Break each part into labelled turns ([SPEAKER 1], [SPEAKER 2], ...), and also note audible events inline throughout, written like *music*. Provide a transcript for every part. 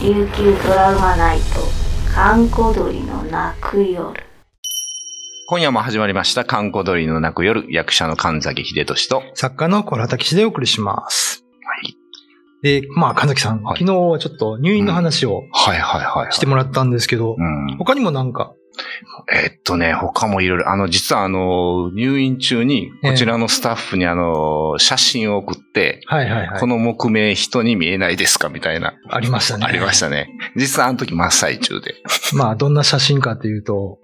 [SPEAKER 1] 琉球ドラマナイト観光鳥の泣く夜
[SPEAKER 2] 今夜も始まりました、観光鳥の泣く夜、役者の神崎秀俊と。
[SPEAKER 3] 作家の小畑氏でお送りします。で、まあ、神崎さん、
[SPEAKER 2] はい
[SPEAKER 3] 昨日ちょっと入院の話を
[SPEAKER 2] はいはいはい、はい。
[SPEAKER 3] してもらったんですけど、
[SPEAKER 2] うん、
[SPEAKER 3] 他にもなんか、
[SPEAKER 2] えっとね、他もいろいろ、あの、実はあの、入院中に、
[SPEAKER 3] ええ
[SPEAKER 2] こちらのスタッフにあの、写真を送って、
[SPEAKER 3] はいはいはい
[SPEAKER 2] こ。の木名人に見えないですかみたいな、
[SPEAKER 3] ありましたね。
[SPEAKER 2] ありましたね。実はあの時真っ最中で。
[SPEAKER 3] まあ、どんな写真かというと、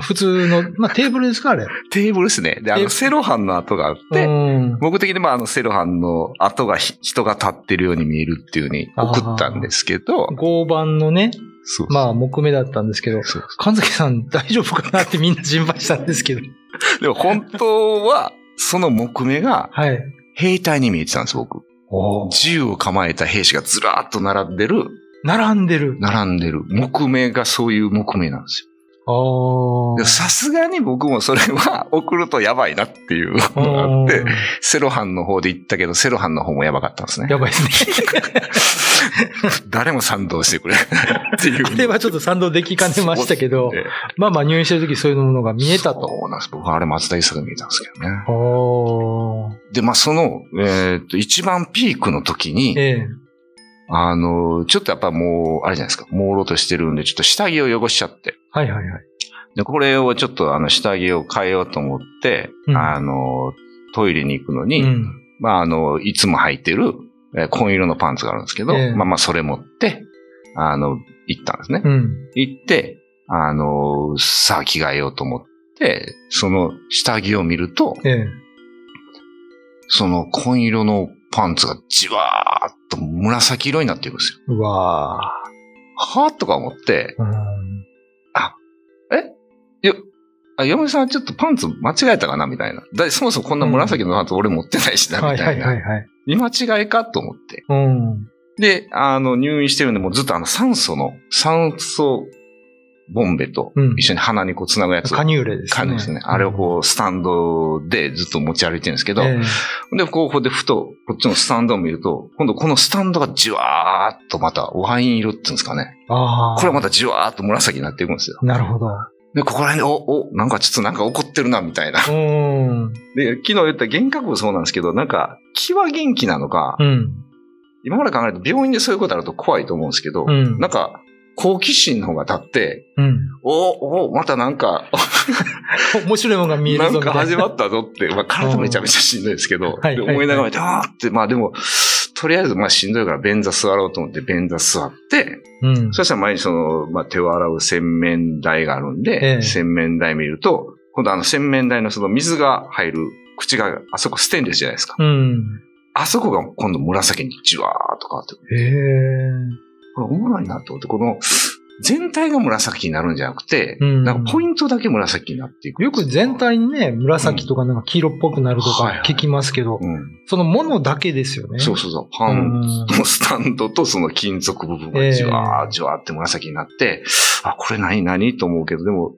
[SPEAKER 3] 普通の、まあ、テーブルですか、あれ。
[SPEAKER 2] テーブルですね。で、あ
[SPEAKER 3] テーブ
[SPEAKER 2] の、
[SPEAKER 3] ル
[SPEAKER 2] セロハンの跡があっ
[SPEAKER 3] う
[SPEAKER 2] て、
[SPEAKER 3] ん。
[SPEAKER 2] 僕的にまああのセロハンの跡がひ人が立ってるように見えるっていうふうに送ったんですけど、
[SPEAKER 3] 合板のね、
[SPEAKER 2] そう
[SPEAKER 3] まあ、木目だったんですけど、
[SPEAKER 2] そう
[SPEAKER 3] 神崎さん大丈夫かなってみんな心配したんですけど。
[SPEAKER 2] でも本当は、その木目が
[SPEAKER 3] はい。
[SPEAKER 2] 兵隊に見えてたんです、僕。
[SPEAKER 3] お
[SPEAKER 2] 銃を構えた兵士がずらーっと並んでる、
[SPEAKER 3] 並んでる。
[SPEAKER 2] 並んでる。木目がそういう木目なんです
[SPEAKER 3] ああ
[SPEAKER 2] よ。でもさすがに僕もそれは送るとやばいなっていうのがあって
[SPEAKER 3] う、ん
[SPEAKER 2] セロハンの方で行ったけど、セロハンの方もやばかったんですね
[SPEAKER 3] や。ばいですね。 *laughs*
[SPEAKER 2] 誰も賛同してくれないっていう。
[SPEAKER 3] あれはちょっと賛同できかねましたけ
[SPEAKER 2] そ
[SPEAKER 3] ど、
[SPEAKER 2] うですね
[SPEAKER 3] まあまあ入院してる時そういうものが見えたと。
[SPEAKER 2] そうなんです。僕はあれ松田優作で見えたんですけどね。
[SPEAKER 3] おー
[SPEAKER 2] で、まあ、その、えーっと、一番ピークの時に、
[SPEAKER 3] ええ。
[SPEAKER 2] あの、ちょっとやっぱもう、あれじゃないですか、朦朧としてるんで、ちょっと下着を汚しちゃって。
[SPEAKER 3] はいはいはい。
[SPEAKER 2] で、これをちょっとあの、下着を変えようと思って、
[SPEAKER 3] うん
[SPEAKER 2] あの、トイレに行くのに、
[SPEAKER 3] うん。
[SPEAKER 2] まあ、あの、いつも履いてる、えー紺色のパンツがあるんですけど、
[SPEAKER 3] ええ
[SPEAKER 2] まあまあ、それ持って、あの、行ったんですね。
[SPEAKER 3] うん。
[SPEAKER 2] 行って、あの、さあ着替えようと思って、その下着を見ると、
[SPEAKER 3] ええ。
[SPEAKER 2] その紺色のパンツがじわーっと紫色になっていくんですよ。
[SPEAKER 3] うわー
[SPEAKER 2] はぁとか思って、
[SPEAKER 3] うん。
[SPEAKER 2] よ、あ、嫁さんちょっとパンツ間違えたかなみたいな。だそもそもこんな紫のパンツ俺持ってないしな、
[SPEAKER 3] は
[SPEAKER 2] み
[SPEAKER 3] いは
[SPEAKER 2] たい
[SPEAKER 3] いは
[SPEAKER 2] な。
[SPEAKER 3] いはい。
[SPEAKER 2] 見間違いかと思って。
[SPEAKER 3] うん。
[SPEAKER 2] で、あの、入院してるんで、もうずっとあの酸素の、酸素ボンベと
[SPEAKER 3] うん
[SPEAKER 2] 一緒に鼻にこう繋ぐやつを
[SPEAKER 3] カニューレですね。
[SPEAKER 2] 感じですね。あれをこう、スタンドでずっと持ち歩いてるんですけ
[SPEAKER 3] うん、
[SPEAKER 2] ど、
[SPEAKER 3] え
[SPEAKER 2] で、こう、こうでふと、こっちのスタンドを見ると、今度このスタンドがじわーっとまたワイン色って言うんですかね。
[SPEAKER 3] えああ。
[SPEAKER 2] これはまたじわーっと紫になっていくんですよ。
[SPEAKER 3] なるほど。
[SPEAKER 2] で、ここら辺で、お、お、なんかちょっとなんか怒ってるな、みたいな。
[SPEAKER 3] うん。
[SPEAKER 2] で、昨日言った幻覚もそうなんですけど、なんか、気は元気なのか、
[SPEAKER 3] うん。
[SPEAKER 2] 今まで考えると病院でそういうことあると怖いと思うんですけど、
[SPEAKER 3] うん
[SPEAKER 2] なんか、好奇心の方が立って、
[SPEAKER 3] うん。
[SPEAKER 2] お、お、またなんか、
[SPEAKER 3] 面白いものが見える
[SPEAKER 2] な
[SPEAKER 3] ぞ
[SPEAKER 2] ん
[SPEAKER 3] み
[SPEAKER 2] か
[SPEAKER 3] たいな。
[SPEAKER 2] 始まったぞって、まあ、体めちゃめちゃしんどいですけど、
[SPEAKER 3] はい
[SPEAKER 2] で思いながら見て、あーって、まあでも、とりあえずまあしんどいから便座座ろうと思って便座座って、
[SPEAKER 3] うん。
[SPEAKER 2] そしたら前にその、まあ手を洗う洗面台があるんで、
[SPEAKER 3] ええ
[SPEAKER 2] 洗面台見ると、今度あの洗面台のその水が入る口が、あそこステンレスじゃないですか。
[SPEAKER 3] うん。
[SPEAKER 2] あそこが今度紫にじわーっと変わってくる。
[SPEAKER 3] へえ。
[SPEAKER 2] これおもろいなと思って、この、全体が紫になるんじゃなくて、
[SPEAKER 3] うん
[SPEAKER 2] なんかポイントだけ紫になっていく。
[SPEAKER 3] よく全体にね、紫とかなんか黄色っぽくなると
[SPEAKER 2] はい
[SPEAKER 3] か
[SPEAKER 2] はい
[SPEAKER 3] 聞きますけど、
[SPEAKER 2] うん。
[SPEAKER 3] そのものだけですよね。
[SPEAKER 2] そうそうそう。パ
[SPEAKER 3] う
[SPEAKER 2] ン
[SPEAKER 3] ん。
[SPEAKER 2] のスタンドとその金属部分がじわーじわーって紫になって、あ、これ何何と思うけど、でも、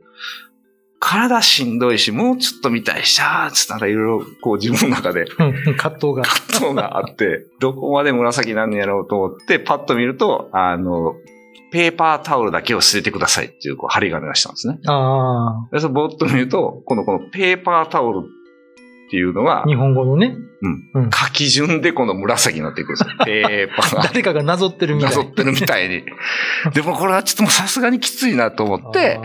[SPEAKER 2] 体しんどいし、もうちょっと見たいし、あーつったらいろいろこう自分の中で *laughs*
[SPEAKER 3] うん葛藤が。
[SPEAKER 2] 葛藤があって、どこまで紫なんやろうと思って、パッと見ると、あの、ペーパータオルだけを捨ててくださいっていう、こう、針金がしたんですね。
[SPEAKER 3] あ
[SPEAKER 2] で、それぼーっと見ると、この、このペーパータオルっていうのは
[SPEAKER 3] あ、、日本語のね。うん
[SPEAKER 2] 書き順でこの紫になっていくんですよ。ペーパー。
[SPEAKER 3] 誰かがなぞってるみた。
[SPEAKER 2] ないぞってるみたい
[SPEAKER 3] *laughs*
[SPEAKER 2] に。でもこれはちょっともうさすがにきついなと思って、
[SPEAKER 3] あ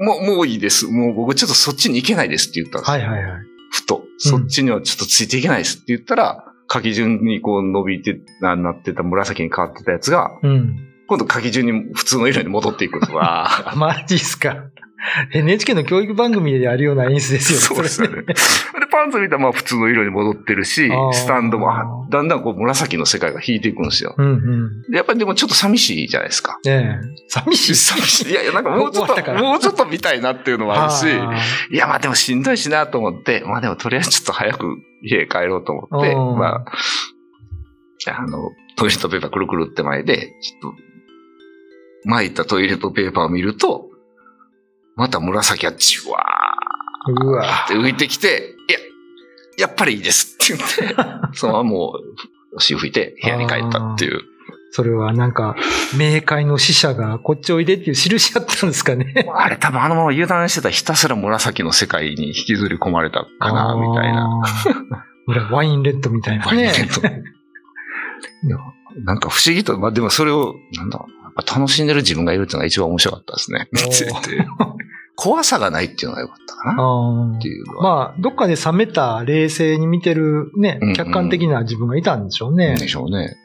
[SPEAKER 2] もう、もういいです。もう僕ちょっとそっちに行けないですって言ったんで
[SPEAKER 3] ー
[SPEAKER 2] すよ。
[SPEAKER 3] はいはいはい。
[SPEAKER 2] ふと。そっちにはちょっとついていけないですって言ったら、書き順にこう伸びて、ななってた紫に変わってたやつが、
[SPEAKER 3] うん。
[SPEAKER 2] 今度書き順に普通の色に戻っていくんです。わ
[SPEAKER 3] *laughs*
[SPEAKER 2] ー
[SPEAKER 3] あマジっすか。NHK の教育番組であるような演出ですよ
[SPEAKER 2] そうですよね。で、パンツ見たらまあ普通の色に戻ってるし
[SPEAKER 3] あー、
[SPEAKER 2] スタンドもあだんだんこう紫の世界が引いていくんですよ。
[SPEAKER 3] うんうん。
[SPEAKER 2] でやっぱりでもちょっと寂しいじゃないですか。
[SPEAKER 3] ねえ。寂しい。
[SPEAKER 2] 寂 *laughs* しい。いやいや、なんかもうちょっ
[SPEAKER 3] 終わった
[SPEAKER 2] と、
[SPEAKER 3] から
[SPEAKER 2] もうちょっと見たいなっていうのもあるし、いや、まあでもしんどいしなと思って、まあでもとりあえずちょっと早く家へ帰ろうと思って、
[SPEAKER 3] うん
[SPEAKER 2] まあ、あの、トイレットペーパーくるくるって前で、ちょっと、巻いたトイレットペーパーを見ると、また紫がじわ
[SPEAKER 3] あーうわ。
[SPEAKER 2] ーって浮いてきて、いや、やっぱりいいですって言って、そのままもう、足を拭いて部屋に帰ったっていう。
[SPEAKER 3] それはなんか、冥界の使者がこっちおいでっていう印あったんですかね。
[SPEAKER 2] あれ多分あのまま油断してたらひたすら紫の世界に引きずり込まれたかな、みたいな。
[SPEAKER 3] な。ほら、ワインレッドみたいなね。
[SPEAKER 2] なんか不思議と、まあでもそれを、なんだろうな、やっぱ楽しんでる自分がいるっていうのが一番面白かったですね。見てて。怖さがないっていうのが良かったかな。
[SPEAKER 3] あー
[SPEAKER 2] っていうのは。
[SPEAKER 3] まあ、どっかで冷めた冷静に見てるね
[SPEAKER 2] うんうん、
[SPEAKER 3] 客観的な自分がいたんでしょうね。
[SPEAKER 2] でしょうね。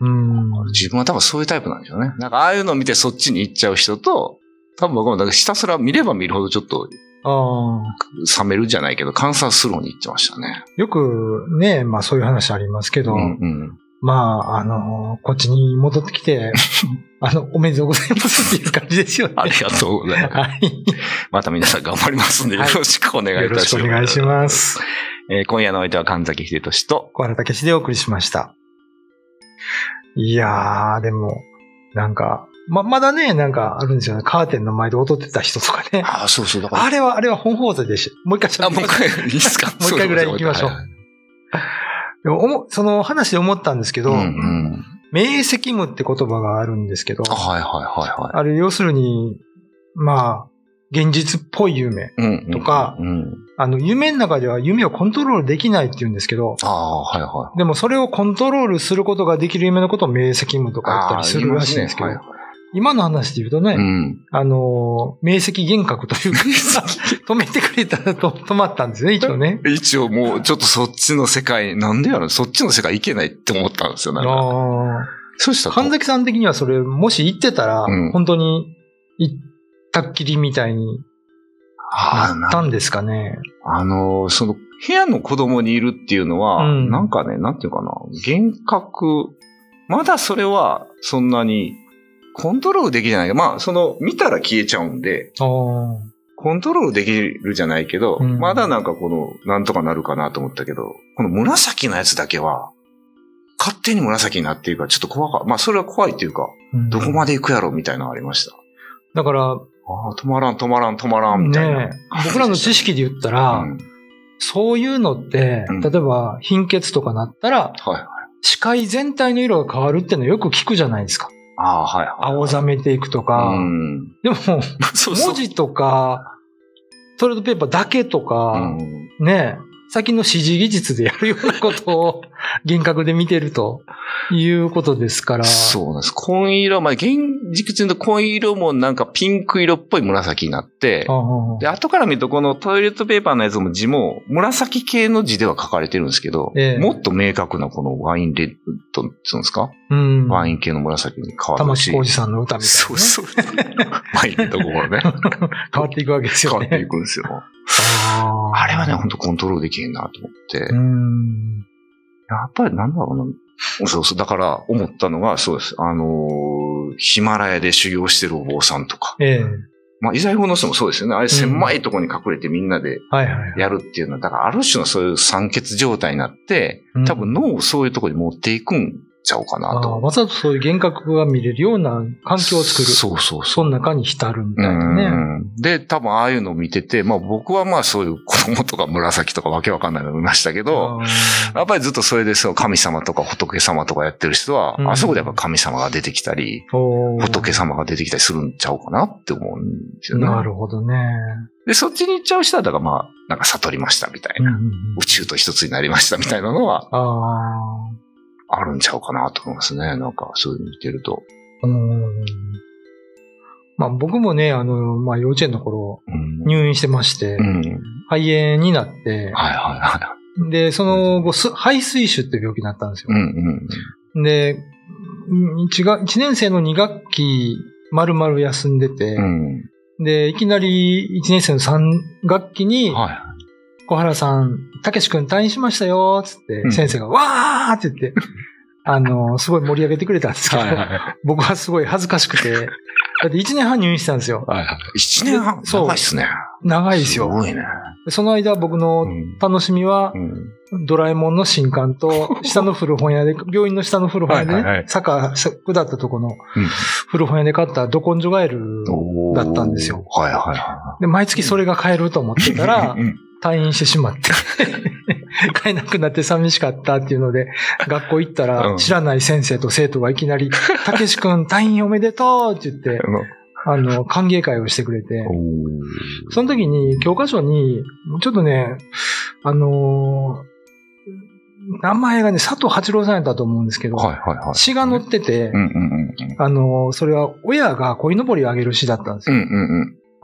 [SPEAKER 3] うん。
[SPEAKER 2] 自分は多分そういうタイプなんでしょうね。なんかああいうのを見てそっちに行っちゃう人と、多分僕もなんかひたすら見れば見るほどちょっと
[SPEAKER 3] ああ。
[SPEAKER 2] 冷めるじゃないけど、観察する方に行ってましたね。
[SPEAKER 3] よくね、まあそういう話ありますけ
[SPEAKER 2] う
[SPEAKER 3] ど、
[SPEAKER 2] んうん。
[SPEAKER 3] まあ、あの、こっちに戻ってき
[SPEAKER 2] *laughs*
[SPEAKER 3] て、あの、おめでとうございますっていう感じですよね。
[SPEAKER 2] ありがとうございます。
[SPEAKER 3] はい。
[SPEAKER 2] *laughs* また皆さん頑張りますんで、よ
[SPEAKER 3] はい
[SPEAKER 2] ろしくお願いい
[SPEAKER 3] よろ
[SPEAKER 2] た
[SPEAKER 3] し
[SPEAKER 2] します。
[SPEAKER 3] くお願いします。
[SPEAKER 2] えー今夜のお相手は神崎秀俊と、
[SPEAKER 3] 小原武史でお送りしました。いやー、でも、なんか、ま、まだね、なんかあるんですよね。カーテンの前で踊ってた人とかね。
[SPEAKER 2] ああ、そうそう、だ
[SPEAKER 3] あれは、あれは本放送でし、もう一回ちょ
[SPEAKER 2] あ、
[SPEAKER 3] っと
[SPEAKER 2] もう一回、いいです *laughs* か
[SPEAKER 3] もう一回ぐらい行きましょう
[SPEAKER 2] はいはい
[SPEAKER 3] でもおもその話で思ったんですけ
[SPEAKER 2] う
[SPEAKER 3] ど、
[SPEAKER 2] んうん。
[SPEAKER 3] 明晰夢って言葉があるんですけど、
[SPEAKER 2] あはいはいはいは
[SPEAKER 3] あれ、要するに、まあ、現実っぽい夢。
[SPEAKER 2] い。うんうん
[SPEAKER 3] とか
[SPEAKER 2] うん。
[SPEAKER 3] あの、夢の中では夢をコントロールできないって言うんですけど、
[SPEAKER 2] ああ、はいはい。
[SPEAKER 3] でもそれをコントロールすることができる夢のことを明晰夢とか言ったりするらしいんですけど、
[SPEAKER 2] あー言いますねは
[SPEAKER 3] 今の話で言うとね、
[SPEAKER 2] いはいうん。
[SPEAKER 3] あのー、明晰幻覚と
[SPEAKER 2] *laughs*
[SPEAKER 3] いうか、止めてくれたらと止まったんですね、一応ね。
[SPEAKER 2] 一応もう、ちょっとそっちの世界、なんでやろそっちの世界行けないって思ったんですよ。なんか
[SPEAKER 3] あ
[SPEAKER 2] そうした
[SPEAKER 3] ー
[SPEAKER 2] ら。
[SPEAKER 3] 神崎さん的にはそれ、もし行ってたら、
[SPEAKER 2] うん
[SPEAKER 3] 本当に行ったっきりみたいに
[SPEAKER 2] あー
[SPEAKER 3] な
[SPEAKER 2] な
[SPEAKER 3] ったんですかね。
[SPEAKER 2] あの、その、部屋の子供にいるっていうのは、
[SPEAKER 3] うん
[SPEAKER 2] なんかね、なんていうかな、幻覚、まだそれは、そんなに、コントロールできない。まあ、その、見たら消えちゃうんで、
[SPEAKER 3] あー
[SPEAKER 2] コントロールできるじゃないけど、
[SPEAKER 3] うん
[SPEAKER 2] まだなんかこの、なんとかなるかなと思ったけど、この紫のやつだけは、勝手に紫になっているから、ちょっと怖かまあ、それは怖いっていうか、
[SPEAKER 3] うん
[SPEAKER 2] どこまで行くやろみたいなのありました。
[SPEAKER 3] だから、
[SPEAKER 2] ああ、止まらん、止まらん、止まらん、みたいな。
[SPEAKER 3] ね、僕らの知識で言ったら、
[SPEAKER 2] うん
[SPEAKER 3] そういうのって、
[SPEAKER 2] うん
[SPEAKER 3] 例えば貧血とかなったら、
[SPEAKER 2] はい。
[SPEAKER 3] 視界全体の色が変わるっていうのよく聞くじゃないですか。
[SPEAKER 2] ああ、はい、はい。
[SPEAKER 3] 青ざめていくとか。
[SPEAKER 2] うん。
[SPEAKER 3] でも、
[SPEAKER 2] そうそう
[SPEAKER 3] 文字とか、トイレットペーパーだけとか、
[SPEAKER 2] うん
[SPEAKER 3] ね、先の指示技術でやるようなことを幻覚で見てるということですから。
[SPEAKER 2] そうなんです。紺色、まあ、現実の紺色もなんかピンク色っぽい紫になって
[SPEAKER 3] あ、あ
[SPEAKER 2] で、後から見るとこのトイレットペーパーのやつも字も紫系の字では書かれてるんですけど、
[SPEAKER 3] ええ
[SPEAKER 2] もっと明確なこのワインレッドって言うんですか、
[SPEAKER 3] うん。
[SPEAKER 2] ワイン系の紫に変わ
[SPEAKER 3] 玉
[SPEAKER 2] る
[SPEAKER 3] 置
[SPEAKER 2] し。
[SPEAKER 3] 浩二さんの歌みたいなね、
[SPEAKER 2] そうそう。ワインレッドここね。
[SPEAKER 3] 変わっていくわけです
[SPEAKER 2] 変
[SPEAKER 3] よ
[SPEAKER 2] わって
[SPEAKER 3] ね
[SPEAKER 2] い。くんですよ。
[SPEAKER 3] あー
[SPEAKER 2] あれはね、ほんとコントロールできへんなと思って。
[SPEAKER 3] うん。
[SPEAKER 2] やっぱりなんだろうな。そうそう。だから思ったのが、そうです。あのーヒマラヤで修行してるお坊さんとか。
[SPEAKER 3] ええ。
[SPEAKER 2] まあ、イザイ法の人もそうですよね。あれ狭いところに隠れてみんなで
[SPEAKER 3] はいはいはい。
[SPEAKER 2] やるっていうのは、だからある種のそういう酸欠状態になって
[SPEAKER 3] うん、
[SPEAKER 2] 多分脳をそういうところに持っていくんちゃうかな
[SPEAKER 3] ああ
[SPEAKER 2] と。
[SPEAKER 3] わざとそういう幻覚が見れるような環境を作る。
[SPEAKER 2] そうそうそ。
[SPEAKER 3] そうの中に浸るみ
[SPEAKER 2] う
[SPEAKER 3] たいなね。
[SPEAKER 2] んで、多分ああいうのを見てて、まあ僕はまあそういう子供とか紫とかわけわかんないの見ましたけど、
[SPEAKER 3] あー
[SPEAKER 2] やっぱりずっとそれでその神様とか仏様とかやってる人は、
[SPEAKER 3] うん
[SPEAKER 2] あそこでやっぱ神様が出てきたり、
[SPEAKER 3] おー
[SPEAKER 2] 仏様が出てきたりするんちゃうかなって思うんですよね。
[SPEAKER 3] なるほどね。
[SPEAKER 2] で、そっちに行っちゃう人は、だからまあ、なんか悟りましたみたい
[SPEAKER 3] うんう
[SPEAKER 2] な、
[SPEAKER 3] んうん
[SPEAKER 2] 宇宙と一つになりましたみたいなのは
[SPEAKER 3] あ
[SPEAKER 2] あるんちゃうかなと思いますね。なんかそういうの見てると。
[SPEAKER 3] あ、うん。まあ僕もね、あの、まあ幼稚園の頃、
[SPEAKER 2] うん。
[SPEAKER 3] 入院してまして、
[SPEAKER 2] うん。
[SPEAKER 3] 肺炎になって、
[SPEAKER 2] はいはいはい。
[SPEAKER 3] で、その後、す肺水腫って病気になったんです
[SPEAKER 2] うん
[SPEAKER 3] よ。
[SPEAKER 2] うん。
[SPEAKER 3] で、1, が一年生の2学期、丸々休んでて、
[SPEAKER 2] うん。
[SPEAKER 3] で、いきなり1年生の3学期に、
[SPEAKER 2] はい。
[SPEAKER 3] 小原さん、たけし君退院しましたよ、つって、
[SPEAKER 2] うん
[SPEAKER 3] 先生が、わーっ
[SPEAKER 2] *laughs*
[SPEAKER 3] て言って、あの、すごい盛り上げてくれたんですけど、
[SPEAKER 2] はいは
[SPEAKER 3] 僕はすごい恥ずかしくて、だって1年半入院してたんですよ。
[SPEAKER 2] い。一年半
[SPEAKER 3] そう
[SPEAKER 2] 長いっすね。
[SPEAKER 3] 長いです
[SPEAKER 2] す
[SPEAKER 3] よ。
[SPEAKER 2] ごいね。
[SPEAKER 3] その間僕
[SPEAKER 2] う
[SPEAKER 3] の
[SPEAKER 2] ん。
[SPEAKER 3] 楽しみは
[SPEAKER 2] う、ん
[SPEAKER 3] ドラえもんの新刊
[SPEAKER 2] *laughs*
[SPEAKER 3] と、下の古本屋で、病院の下の古本屋で
[SPEAKER 2] はいはいは
[SPEAKER 3] ね
[SPEAKER 2] い、
[SPEAKER 3] 坂下ったとこの古本屋で買ったど根性ガエル
[SPEAKER 2] うん。
[SPEAKER 3] だったんですよ。
[SPEAKER 2] はいはいは
[SPEAKER 3] で、毎月それが買えると思って
[SPEAKER 2] い。
[SPEAKER 3] たら
[SPEAKER 2] う、ん
[SPEAKER 3] 退院してしまって、 *laughs* 飼えなくなって寂しかったっていうので、学校行った
[SPEAKER 2] う
[SPEAKER 3] ら
[SPEAKER 2] ん
[SPEAKER 3] 知らない先生と生徒がいき
[SPEAKER 2] *laughs*
[SPEAKER 3] なり、たけし君退院おめでとうって言って、あの、歓迎会をしてくれて、その時に教科書に、ちょっとね、あのー名前がね、佐藤八郎さんやったと思うんですけど、
[SPEAKER 2] はいはいはい。
[SPEAKER 3] 詩が載ってて、
[SPEAKER 2] うんうんうん。
[SPEAKER 3] あのーそれは親が鯉のぼりをあげる詩だったんです
[SPEAKER 2] うん
[SPEAKER 3] よ。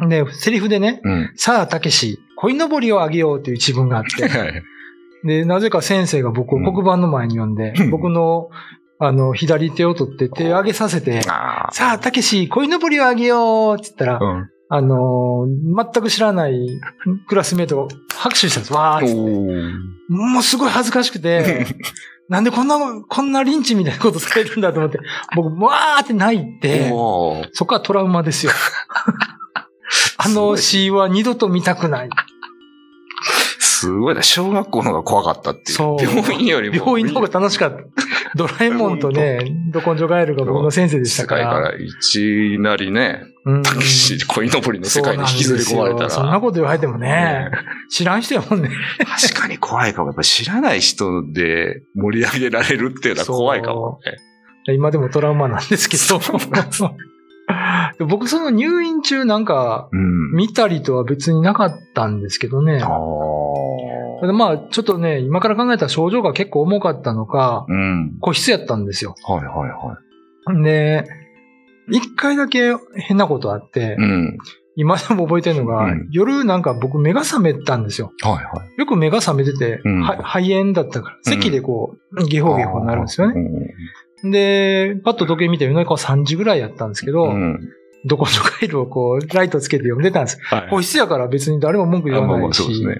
[SPEAKER 2] うん
[SPEAKER 3] で、セリフでね、
[SPEAKER 2] うん。うん。
[SPEAKER 3] さあ、たけし、鯉のぼりをあげようという一文があって、で、なぜか先生が僕を黒板の前に呼んで、
[SPEAKER 2] うん
[SPEAKER 3] 僕の、あの、左手を取って手を上げさせて、
[SPEAKER 2] あ
[SPEAKER 3] さあ、たけし、鯉のぼりをあげようって言ったら
[SPEAKER 2] あ。、うん。
[SPEAKER 3] あのー全く知らないクラスメイトが拍手したんです。わーっつって。
[SPEAKER 2] おー
[SPEAKER 3] もうすごい恥ずかしく
[SPEAKER 2] *laughs*
[SPEAKER 3] て、なんでこんな、こんなリンチみたいなことされるんだと思って、僕、わーって泣いて、
[SPEAKER 2] おー
[SPEAKER 3] そこはトラウマ
[SPEAKER 2] *laughs*
[SPEAKER 3] ですよ。あの詩は二度と見たくない。
[SPEAKER 2] すごいな。小学校の方が怖かったっていう。
[SPEAKER 3] そう
[SPEAKER 2] 病院よりも。
[SPEAKER 3] 病院の方が楽しかった。ドラえもんと
[SPEAKER 2] *laughs*
[SPEAKER 3] ね、ど根性ガエルが僕の先生でした
[SPEAKER 2] 世
[SPEAKER 3] か
[SPEAKER 2] 界
[SPEAKER 3] ら。
[SPEAKER 2] からいきなりね、
[SPEAKER 3] うん
[SPEAKER 2] たけし、鯉のぼりの世界に引きずり込まれたら。
[SPEAKER 3] そうなんですよそんなこと言われてもね、知らん人やもんね。
[SPEAKER 2] 確かに怖いかも。やっぱ知らない人で盛り上げられるっていうのは怖いかもね。
[SPEAKER 3] 今でもトラウマなんですけ *laughs* ど。で僕、その入院中なんか、
[SPEAKER 2] うん。
[SPEAKER 3] 見たりとは別になかったんですけどね
[SPEAKER 2] あ。あ。
[SPEAKER 3] ただまあ、ちょっとね、今から考えたら症状が結構重かったのか、
[SPEAKER 2] うん。
[SPEAKER 3] 個室やったんですよ。
[SPEAKER 2] はいはいは
[SPEAKER 3] で、一回だけ変なことあって
[SPEAKER 2] い。う、ん。
[SPEAKER 3] 今でも覚えてるのが、
[SPEAKER 2] うん
[SPEAKER 3] 夜なんか僕目が覚めたんですよ。
[SPEAKER 2] はいはい。
[SPEAKER 3] よく目が覚めてて、
[SPEAKER 2] うん
[SPEAKER 3] は肺炎だったから、咳でこう、ゲホゲホになるんですよね。
[SPEAKER 2] ね。
[SPEAKER 3] で、パッと時計見て夜中3時ぐらいやったんですけど、
[SPEAKER 2] うん。
[SPEAKER 3] どこの回路をこう、ライトつけて読んでたんです。
[SPEAKER 2] はい
[SPEAKER 3] 個室やから別に誰も文句言
[SPEAKER 2] あま
[SPEAKER 3] わ
[SPEAKER 2] あま
[SPEAKER 3] な
[SPEAKER 2] あ、
[SPEAKER 3] い
[SPEAKER 2] そうです
[SPEAKER 3] し。
[SPEAKER 2] ね。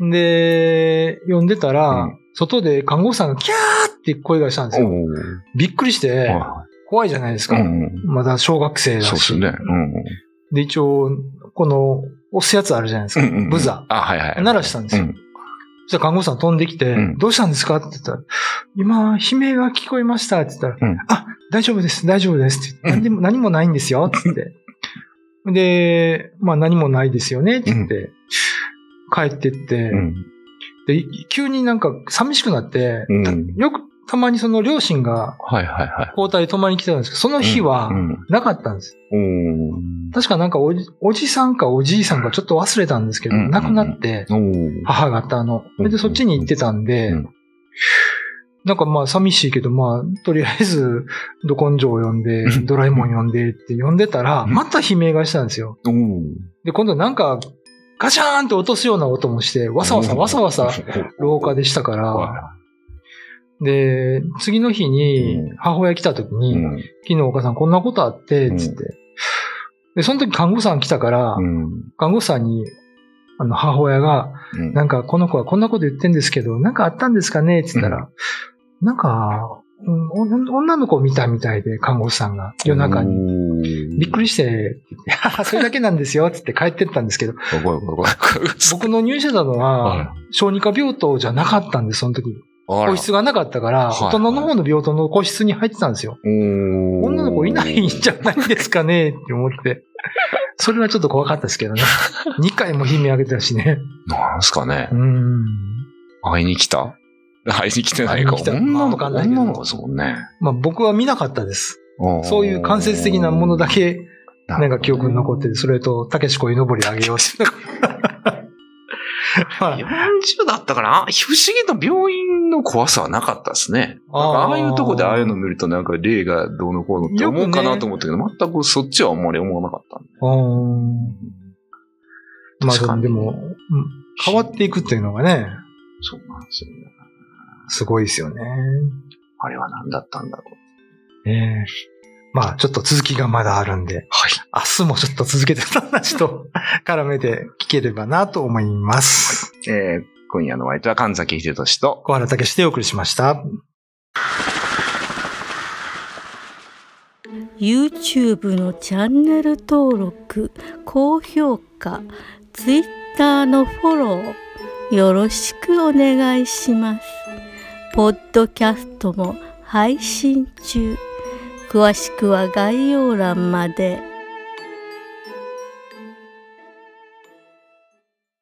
[SPEAKER 2] うん。
[SPEAKER 3] で、読んでたら、
[SPEAKER 2] うん
[SPEAKER 3] 外で看護師さんがキャーって声がしたんですよ。
[SPEAKER 2] お
[SPEAKER 3] びっくりして、
[SPEAKER 2] ーは
[SPEAKER 3] 怖いじゃないです
[SPEAKER 2] い
[SPEAKER 3] か。
[SPEAKER 2] うん。
[SPEAKER 3] まだ小学生だし。
[SPEAKER 2] そうですね。うん。
[SPEAKER 3] で、一応、この、押すやつあるじゃないです
[SPEAKER 2] う
[SPEAKER 3] か。
[SPEAKER 2] んうんうん
[SPEAKER 3] ブザ
[SPEAKER 2] あ、はいは
[SPEAKER 3] ー。
[SPEAKER 2] い。
[SPEAKER 3] 鳴らしたんですよ。
[SPEAKER 2] うん
[SPEAKER 3] そしたら看護師さん飛んできて、
[SPEAKER 2] うん
[SPEAKER 3] どうしたんですかって言ったら、今、悲鳴が聞こえましたって言ったら、
[SPEAKER 2] うん
[SPEAKER 3] あ、大丈夫です、大丈夫ですって言って
[SPEAKER 2] うん
[SPEAKER 3] 何でも、何もないんですよって
[SPEAKER 2] *laughs*
[SPEAKER 3] 言って。で、まあ何もないですよねって言って、帰ってって、
[SPEAKER 2] うん。
[SPEAKER 3] で、急になんか寂しくなって、
[SPEAKER 2] うん
[SPEAKER 3] たよくたまにその両親が
[SPEAKER 2] はいはいはい。
[SPEAKER 3] 交代で泊まりに来てたんですけど、その日は
[SPEAKER 2] うん
[SPEAKER 3] なかったんです。
[SPEAKER 2] うん。
[SPEAKER 3] 確かなんかおじおじさんかおじいさんかちょっと忘れたんですけど、
[SPEAKER 2] うん
[SPEAKER 3] 亡くなって、
[SPEAKER 2] おー
[SPEAKER 3] 母方の。それでそっちに行ってたんで、
[SPEAKER 2] うん
[SPEAKER 3] なんかまあ寂しいけど、まあ、とりあえず、ど根性を呼んで
[SPEAKER 2] う、ん
[SPEAKER 3] ドラえもん呼んでって呼んでたら、
[SPEAKER 2] うん
[SPEAKER 3] また悲鳴がしたんですよ。
[SPEAKER 2] おー
[SPEAKER 3] で、今度なんか、ガシャーンって落とすような音もして、わさわさわさわさ、廊下でしたか
[SPEAKER 2] は
[SPEAKER 3] ら、で、次の日に
[SPEAKER 2] うん
[SPEAKER 3] 母親来た時
[SPEAKER 2] い。
[SPEAKER 3] に、
[SPEAKER 2] うん
[SPEAKER 3] 昨日お母さんこんなことあって、
[SPEAKER 2] うん
[SPEAKER 3] つって。で、その時看護師さん来たから、
[SPEAKER 2] うん。
[SPEAKER 3] 看護師さんに、あの、母親が、
[SPEAKER 2] うん
[SPEAKER 3] なんか、この子はこんなこと言ってんですけど、なんかあったんですかねって言ったら、なんか、うんお女の子見たみたいで、看護師さんが、夜中に。
[SPEAKER 2] に
[SPEAKER 3] びっく
[SPEAKER 2] り
[SPEAKER 3] りして、それだけなんですよ、つって帰ってったんで
[SPEAKER 2] *laughs*
[SPEAKER 3] すけど、
[SPEAKER 2] した。怖い怖い怖い。
[SPEAKER 3] 僕の入院してたのは、小児科病棟じゃなかったんで、その時。
[SPEAKER 2] あら
[SPEAKER 3] 個室がなかったから、
[SPEAKER 2] はい
[SPEAKER 3] 大人の方の病棟の個室に入ってたんですよ。 *laughs* 女
[SPEAKER 2] 女
[SPEAKER 3] の子いないんじゃないですかねって思って。それはちょっと怖かったですけどね。2回も悲鳴あげてたしね。
[SPEAKER 2] なんすかね
[SPEAKER 3] う。ん。
[SPEAKER 2] 会いに来た会いに来てないか。
[SPEAKER 3] 会いに来た
[SPEAKER 2] 女
[SPEAKER 3] まあ
[SPEAKER 2] の
[SPEAKER 3] わ
[SPEAKER 2] 子、
[SPEAKER 3] かんないけど
[SPEAKER 2] 女の子ですもんね。
[SPEAKER 3] まあ僕は見なかったです。
[SPEAKER 2] おー
[SPEAKER 3] そういう間接的なものだ。け、
[SPEAKER 2] な
[SPEAKER 3] な
[SPEAKER 2] る
[SPEAKER 3] んか
[SPEAKER 2] ほど
[SPEAKER 3] 記憶に残ってて、それと、たけしこいのぼりあげようって。まあ
[SPEAKER 2] 40だったかなあ不思議と病院の怖さはなかったですね。
[SPEAKER 3] あー
[SPEAKER 2] なんかああいうとこでああいうの見るとなんか霊がどうのこうのって思うかなと思ったけど、全くそっちはあんまり思わなかったんで。
[SPEAKER 3] うんま
[SPEAKER 2] 確か
[SPEAKER 3] あ
[SPEAKER 2] に
[SPEAKER 3] でも、うん変わっていくっていうのがね、
[SPEAKER 2] そうなんですよね。
[SPEAKER 3] すごいですよね。
[SPEAKER 2] あれは何だったんだろう。
[SPEAKER 3] ええまあちょっと続きがまだあるんで、
[SPEAKER 2] はい。
[SPEAKER 3] 明日もちょっと続けてた話と絡めて聞ければなと思います。
[SPEAKER 2] えー今夜のワイトは神崎秀俊と、
[SPEAKER 3] 小原武史でお送りしました。
[SPEAKER 4] YouTube のチャンネル登録高評価 Twitter のフォローよろしくお願いしますポッドキャストも配信中詳しくは概要欄まで。